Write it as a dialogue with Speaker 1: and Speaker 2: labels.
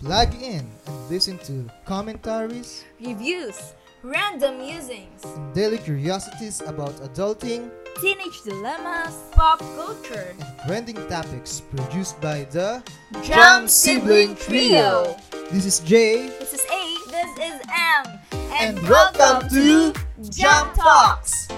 Speaker 1: Plug in and listen to commentaries,
Speaker 2: reviews, random musings,
Speaker 1: and daily curiosities about adulting
Speaker 2: teenage dilemmas, pop culture,
Speaker 1: and trending topics produced by the
Speaker 2: Jam Sibling Trio.
Speaker 1: This is Jay,
Speaker 2: This is A, this is M,
Speaker 1: and welcome to Jam Talks!